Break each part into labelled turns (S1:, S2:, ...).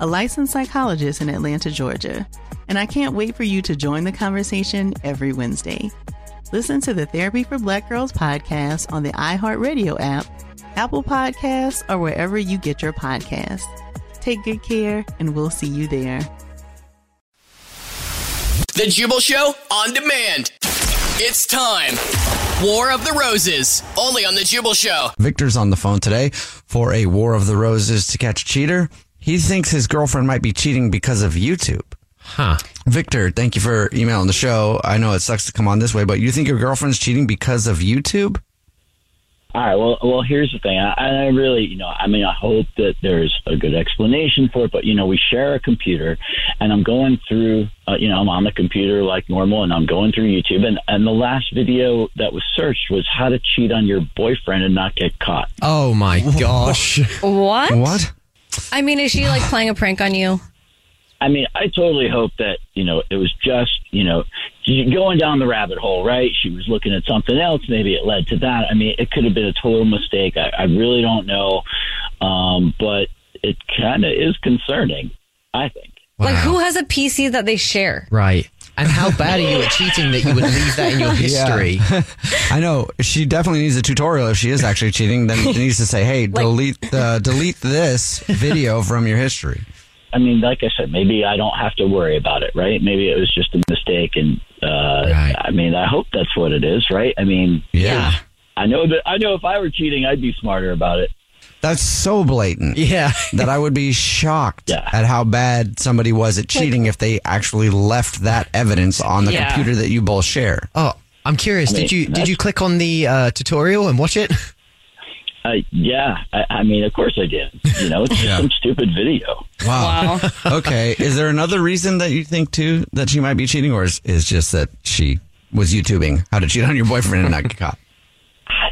S1: a licensed psychologist in Atlanta, Georgia, and I can't wait for you to join the conversation every Wednesday. Listen to the Therapy for Black Girls podcast on the iHeartRadio app, Apple Podcasts, or wherever you get your podcasts. Take good care, and we'll see you there.
S2: The Jubal Show on demand. It's time. War of the Roses, only on The Jubal Show.
S3: Victor's on the phone today for a War of the Roses to catch a cheater. He thinks his girlfriend might be cheating because of YouTube.
S4: Huh.
S3: Victor, thank you for emailing the show. I know it sucks to come on this way, but you think your girlfriend's cheating because of YouTube?
S5: All right. Well, well. Here's the thing. I, I really, you know, I mean, I hope that there's a good explanation for it. But you know, we share a computer, and I'm going through. Uh, you know, I'm on the computer like normal, and I'm going through YouTube. And and the last video that was searched was how to cheat on your boyfriend and not get caught.
S4: Oh my gosh.
S6: What?
S3: What?
S6: I mean, is she like playing a prank on you?
S5: I mean, I totally hope that you know it was just you know she's going down the rabbit hole, right? She was looking at something else. Maybe it led to that. I mean, it could have been a total mistake. I, I really don't know, um, but it kind of is concerning. I think.
S6: Like, who has a PC that they share?
S4: Right. And how bad are you at cheating that you would leave that in your history?
S3: I know she definitely needs a tutorial. If she is actually cheating, then it needs to say, "Hey, delete uh, delete this video from your history."
S5: I mean, like I said, maybe I don't have to worry about it, right? Maybe it was just a mistake, and uh,
S4: Right.
S5: I mean, I hope that's what it is, right? I mean,
S3: Yeah.
S5: I know that I know if I were cheating, I'd be smarter about it.
S3: That's so blatant
S4: Yeah.
S3: that I would be shocked
S5: Yeah.
S3: at how bad somebody was at cheating if they actually left that evidence on the
S6: Yeah.
S3: computer that you both share.
S4: Oh, I'm curious.
S5: I mean,
S4: did you did
S5: that's-
S4: you click on the uh, tutorial and watch it?
S5: Uh, yeah, I, I mean, of course I did. You know, it's just some stupid video.
S3: Wow. okay. Is there another reason that you think too that she might be cheating, or is, is just that she was YouTubing how to cheat on your boyfriend and not get caught?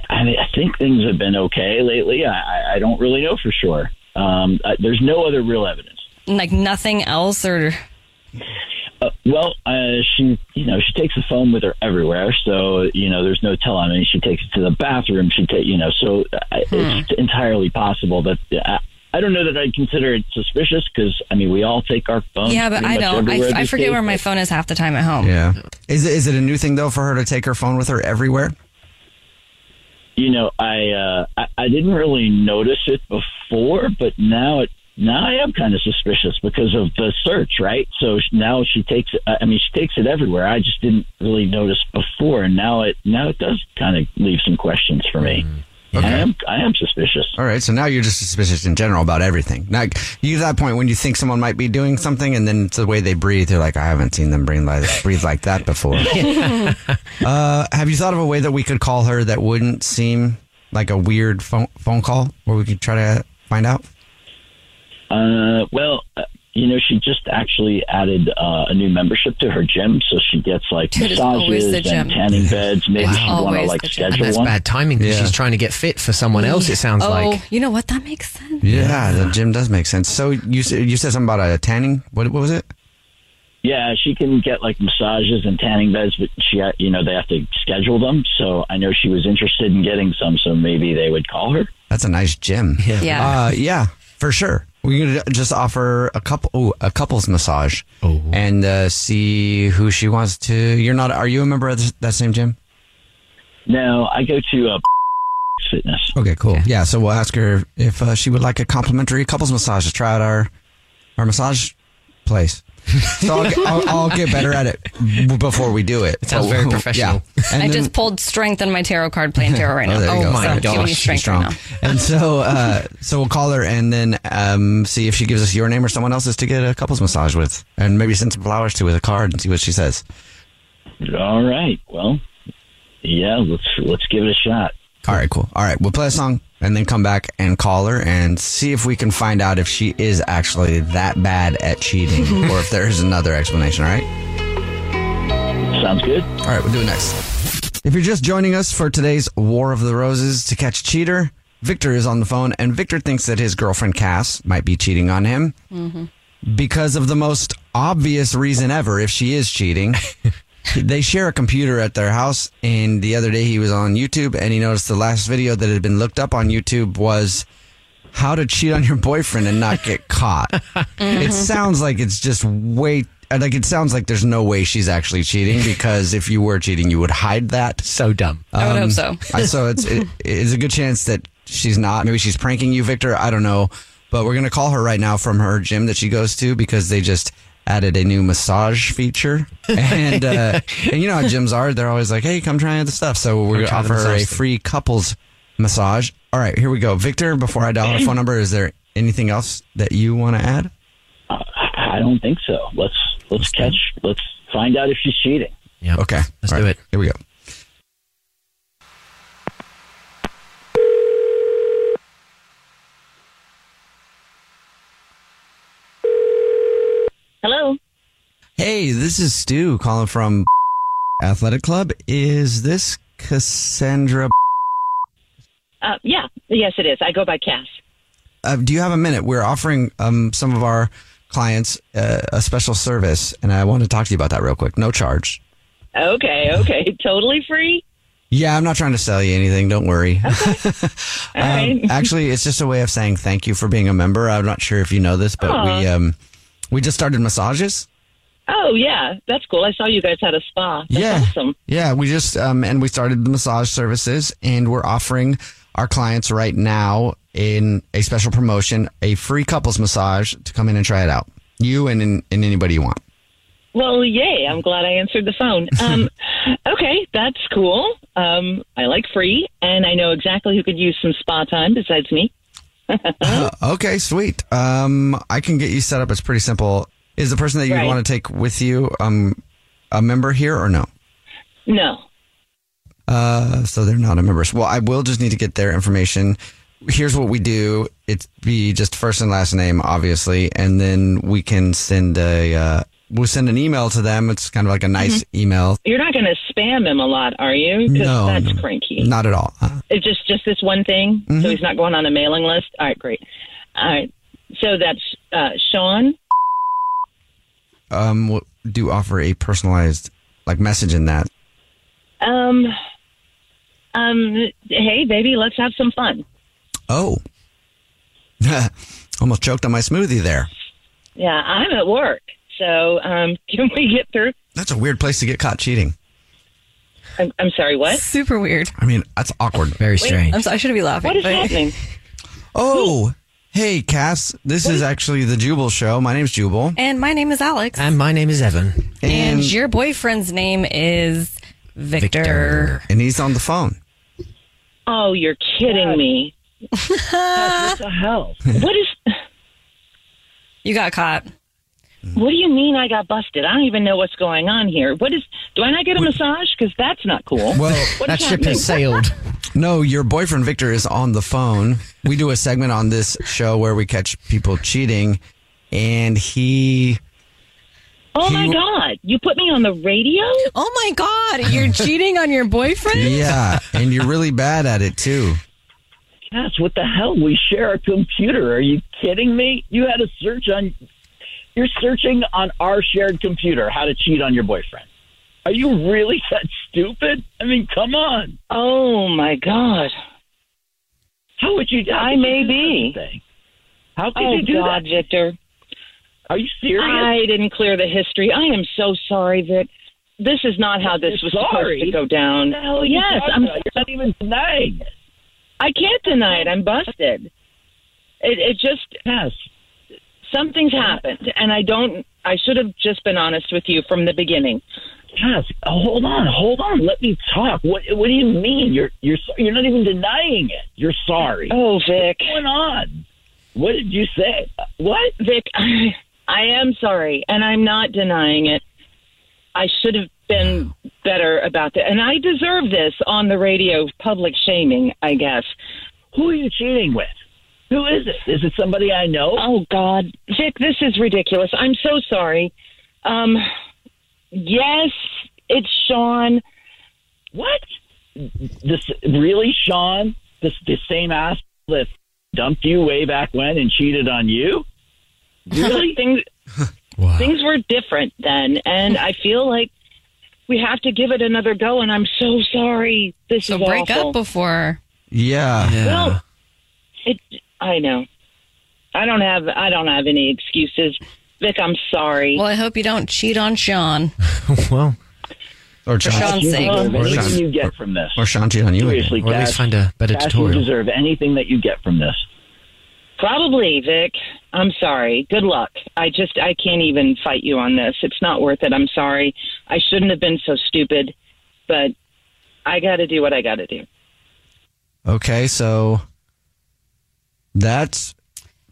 S5: I mean, I think things have been okay lately. I, I- I don't really know for sure. Um, uh, there's no other real evidence.
S6: Like nothing else, or
S5: Uh, well, uh, she, you know, she takes the phone with her everywhere, so you know, there's no telling. I mean, she takes it to the bathroom. She take, you know, so I,
S6: Hmm.
S5: it's entirely possible that. I, I don't know that I'd consider it suspicious because I mean, we all take our phones.
S6: yeah, but
S5: Um, pretty
S6: I
S5: much
S6: don't. I,
S5: everywhere
S6: I
S5: these
S6: forget
S5: days,
S6: where my
S5: but-
S6: phone is half the time at home.
S3: Yeah. Is it, is it a new thing though for her to take her phone with her everywhere?
S5: you know, I, uh, I I didn't really notice it before, but now it now I am kind of suspicious because of the search, right? So sh- now she takes, I I mean, she takes it everywhere. I just didn't really notice before, and now it now it does kind of leave some questions for me. I am I am suspicious.
S3: All right. So now you're just suspicious in general about everything. Now you that point when you think someone might be doing something, and then it's the way they breathe. You're like, I haven't seen them breathe like breathe like that before. uh, have you thought of a way that we could call her that wouldn't seem like a weird phone phone call, where we could try to find out?
S5: Uh, well, uh, you know, she just actually added uh, a new membership to her gym, so she gets like
S6: Dude, it's always
S5: massages
S6: the
S5: and
S6: gym.
S5: tanning beds. Maybe
S6: It's
S5: she want to
S6: always
S5: like
S6: the gym. And
S5: schedule
S4: That's
S5: one.
S4: bad timing because
S3: Yeah.
S4: she's trying to get fit for someone else. It sounds
S6: Oh,
S4: like.
S6: you know what? That makes sense.
S3: Yeah, the gym does make sense. So you s- you said something about a tanning. What what was it?
S5: Yeah, she can get like massages and tanning beds, but she, ha- you know, they have to schedule them. So I know she was interested in getting some, so maybe they would call her.
S3: That's a nice gym. Yeah.
S6: Yeah.
S3: Uh, yeah, for sure. We could just offer a couple, ooh, a couple's massage, and uh, see who she wants to. You're not? Are you a member of th- that same gym?
S5: No, I go to uh, fitness.
S3: Okay, cool. Yeah, so we'll ask her if uh, she would like a complimentary couples massage to try out our our massage place. So I'll, get- I'll, I'll get better at it b- before we do it. Oh, It
S4: sounds very professional.
S6: I just pulled strength in my tarot card playing tarot right now.
S3: Oh, there you go.
S4: my
S6: so
S4: gosh,
S6: Giving you
S4: she's
S6: strength
S3: strong.
S6: right
S3: and so, uh, so we'll call her and then um, see if she gives us your name or someone else's to get a couples massage with, and maybe send some flowers to with a card and see what she says.
S5: All right. Well, yeah, let's let's give it a shot.
S3: All right, cool. All right, we'll play a song and then come back and call her and see if we can find out if she is actually that bad at cheating or if there is another explanation. All right.
S5: Sounds good.
S3: All right, we'll do it next. If you're just joining us for today's War of the Roses to catch cheater, Victor is on the phone, and Victor thinks that his girlfriend Cass might be cheating on him because of the most obvious reason ever. If she is cheating, they share a computer at their house. And the other day, he was on YouTube and he noticed the last video that had been looked up on YouTube was how to cheat on your boyfriend and not get caught. It sounds like it's just way like it sounds like there's no way she's actually cheating because if you were cheating, you would hide that.
S4: So dumb.
S6: I would hope so.
S3: I- so it's it, it's a good chance that she's not. Maybe she's pranking you, Victor. I don't know, but we're gonna call her right now from her gym that she goes to because they just added a new massage feature, and uh, and you know how gyms are. They're always like, hey, come try out the stuff. So we're gonna
S4: try the
S3: offer her a
S4: massage thing.
S3: free couples massage. All right, here we go, Victor. Before I dial her phone number, is there anything else that you want to add?
S5: Uh, I don't think so. Let's let's catch. Let's find out if she's cheating.
S4: Yeah.
S3: Okay,
S4: Let's
S3: All
S4: do
S3: right,
S4: it.
S3: Here we go.
S7: Hello.
S3: Hey, this is Stu calling from Athletic Club. Is this Cassandra?
S7: Uh, yeah. Yes, it is. I go by Cass.
S3: Uh, do you have a minute? We're offering um, some of our clients uh, a special service, and I want to talk to you about that real quick. No charge.
S7: Okay. Okay. totally free.
S3: Yeah, I'm not trying to sell you anything. Don't worry.
S7: All right.
S3: Um, actually, it's just a way of saying thank you for being a member. I'm not sure if you know this, but we um, we just started massages.
S7: Oh yeah, that's cool. I saw you guys had a spa. That's
S3: yeah.
S7: awesome.
S3: Yeah, we just um, and we started the massage services, and we're offering our clients right now in a special promotion a free couples massage to come in and try it out. You and and anybody you want.
S7: Well, yay! I'm glad I answered the phone. Um, okay, that's cool. Um, I like free, and I know exactly who could use some spa time besides me.
S3: Okay, sweet. Um, I can get you set up. It's pretty simple. Is the person that you would
S7: Right.
S3: want to take with you um a member here or no?
S7: No.
S3: Uh, so they're not a member. Well, I will just need to get their information. Here's what we do. It's be just first and last name, obviously, and then we can send a uh, we'll send an email to them. It's kind of like a nice email.
S7: You're not going to spam him a lot, are you? 'Cause
S3: No,
S7: that's
S3: no,
S7: cranky.
S3: Not at all. Uh,
S7: It's just just this one thing. So he's not going on a mailing list. All right, great. All right. So that's uh, Sean.
S3: Um, we'll do offer a personalized like message in that.
S7: Um, um, hey, baby, let's have some fun.
S3: Oh, almost choked on my smoothie there.
S7: Yeah, I'm at work. So, um, can we get through?
S3: That's a weird place to get caught cheating.
S7: I'm, I'm sorry,
S6: now.
S7: what?
S6: Super weird.
S3: I mean, that's awkward.
S4: Very strange.
S6: I'm
S7: um,
S6: sorry, I shouldn't be laughing.
S7: What is
S6: but-
S7: happening?
S3: Oh, hey, Cass. This is actually the Jubal Show. My name's Jubal.
S6: And my name is Alex.
S4: and my name is Evan.
S6: and, your boyfriend's name is Victor.
S4: Victor.
S3: and he's on the phone.
S7: Oh, you're kidding me.
S5: What the hell?
S7: What is,
S6: You got caught.
S7: what do you mean I got busted? I don't even know what's going on here. What is, do I not get a massage? Because that's not cool.
S3: Well,
S7: What
S4: That
S7: is
S4: ship
S7: happening?
S4: has sailed.
S3: no, your boyfriend Victor is on the phone. We do a segment on this show where we catch people cheating, and he.
S7: Oh my
S3: he-
S7: God. You put me on the radio?
S6: Oh my God, you're cheating on your boyfriend?
S3: Yeah, and you're really bad at it too.
S5: Gosh, what the hell? We share a computer. Are you kidding me? You had a search on You're searching on our shared computer how to cheat on your boyfriend. Are you really that stupid? I mean, come on.
S7: Oh my God.
S5: How would you? How
S7: I
S5: could you
S7: may
S5: do
S7: be.
S5: such a thing? How could
S7: Oh
S5: you do
S7: God,
S5: that?
S7: Victor.
S5: Are you serious?
S7: I didn't clear the history. I am so sorry, Vic. This is not how this was
S5: Sorry?
S7: supposed to go down.
S5: What the hell are you
S7: yes,
S5: talking
S7: I'm.
S5: about? You're not even denying it.
S7: I can't deny it. I'm busted. It, it just
S5: Yes.
S7: something's happened, and I don't. I should have just been honest with you from the beginning.
S5: Yes. Oh, hold on. Hold on. Let me talk. What What do you mean? You're You're so- You're not even denying it. You're sorry.
S7: Oh, Vic.
S5: What's going on? What did you say? What?
S7: Vic, I, I am sorry, and I'm not denying it. I should have been better about that, and I deserve this on the radio. Public shaming, I guess.
S5: Who are you cheating with? Who is it? Is it somebody I know?
S7: Oh God, Vic, this is ridiculous. I'm so sorry. Um, yes, it's Sean.
S5: What? This really, Sean? This the same ass that dumped you way back when and cheated on you?
S7: Really, things
S8: Wow.
S7: things were different then, and I feel like we have to give it another go. And I'm so sorry. This
S6: So
S7: is
S6: break
S7: awful.
S6: up before.
S3: Yeah.
S8: Yeah.
S7: Well, it. I know. I don't have. I don't have any excuses, Vic. I'm sorry.
S6: Well, I hope you don't cheat on Sean.
S8: well,
S3: Or
S6: For
S3: Sean.
S6: Sean's sake.
S3: Or
S5: anything
S3: Sean.
S5: you get from this?
S3: Or Sean cheat on you. again.
S5: Seriously,
S8: or at
S5: Cash,
S8: least find a better
S5: Cash, you
S8: tutorial.
S5: deserve anything that you get from this.
S7: Probably, Vic. I'm sorry. Good luck. I just I can't even fight you on this. It's not worth it. I'm sorry. I shouldn't have been so stupid, but I got to do what I got to do.
S3: Okay, so that's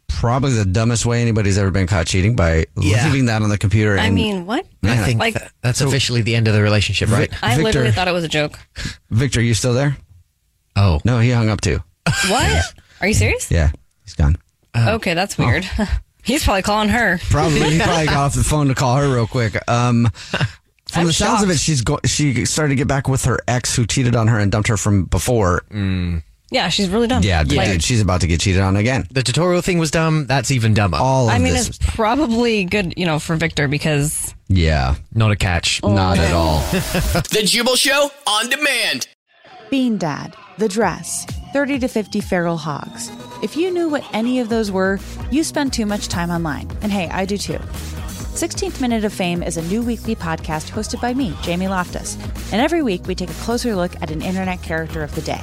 S3: probably the dumbest way anybody's ever been caught cheating by
S4: Yeah.
S3: leaving that on the computer.
S6: I
S3: and-
S6: mean, what?
S3: Man,
S4: I think
S6: Like-
S4: tha- that's officially the end of the relationship, right?
S6: I
S3: Victor-
S6: literally thought it was a joke.
S3: Victor, you still there?
S4: Oh,
S3: No, he hung up too.
S6: What? Are you serious?
S3: Yeah, he's gone.
S6: Okay, that's
S3: Oh.
S6: weird. He's probably calling her.
S3: Probably he probably got off the phone to call her real quick. Um, from the sounds of it, she's go- she started to get back with her ex who cheated on her and dumped her from before.
S6: Yeah, she's really dumb.
S3: Yeah,
S6: Like,
S3: dude, she's about to get cheated on again.
S4: the tutorial thing was dumb. That's even dumber.
S3: All of
S6: I mean,
S3: this,
S6: it's probably good, you know, for Victor because
S3: yeah,
S4: Not a catch.
S6: Oh,
S3: not at all.
S2: The Jubal Show on demand.
S9: Bean Dad, The Dress, 30 to 50 Feral Hogs. If you knew what any of those were, you spend too much time online. And hey, I do too. 16th Minute of Fame is a new weekly podcast hosted by me, Jamie Loftus. And every week we take a closer look at an internet character of the day.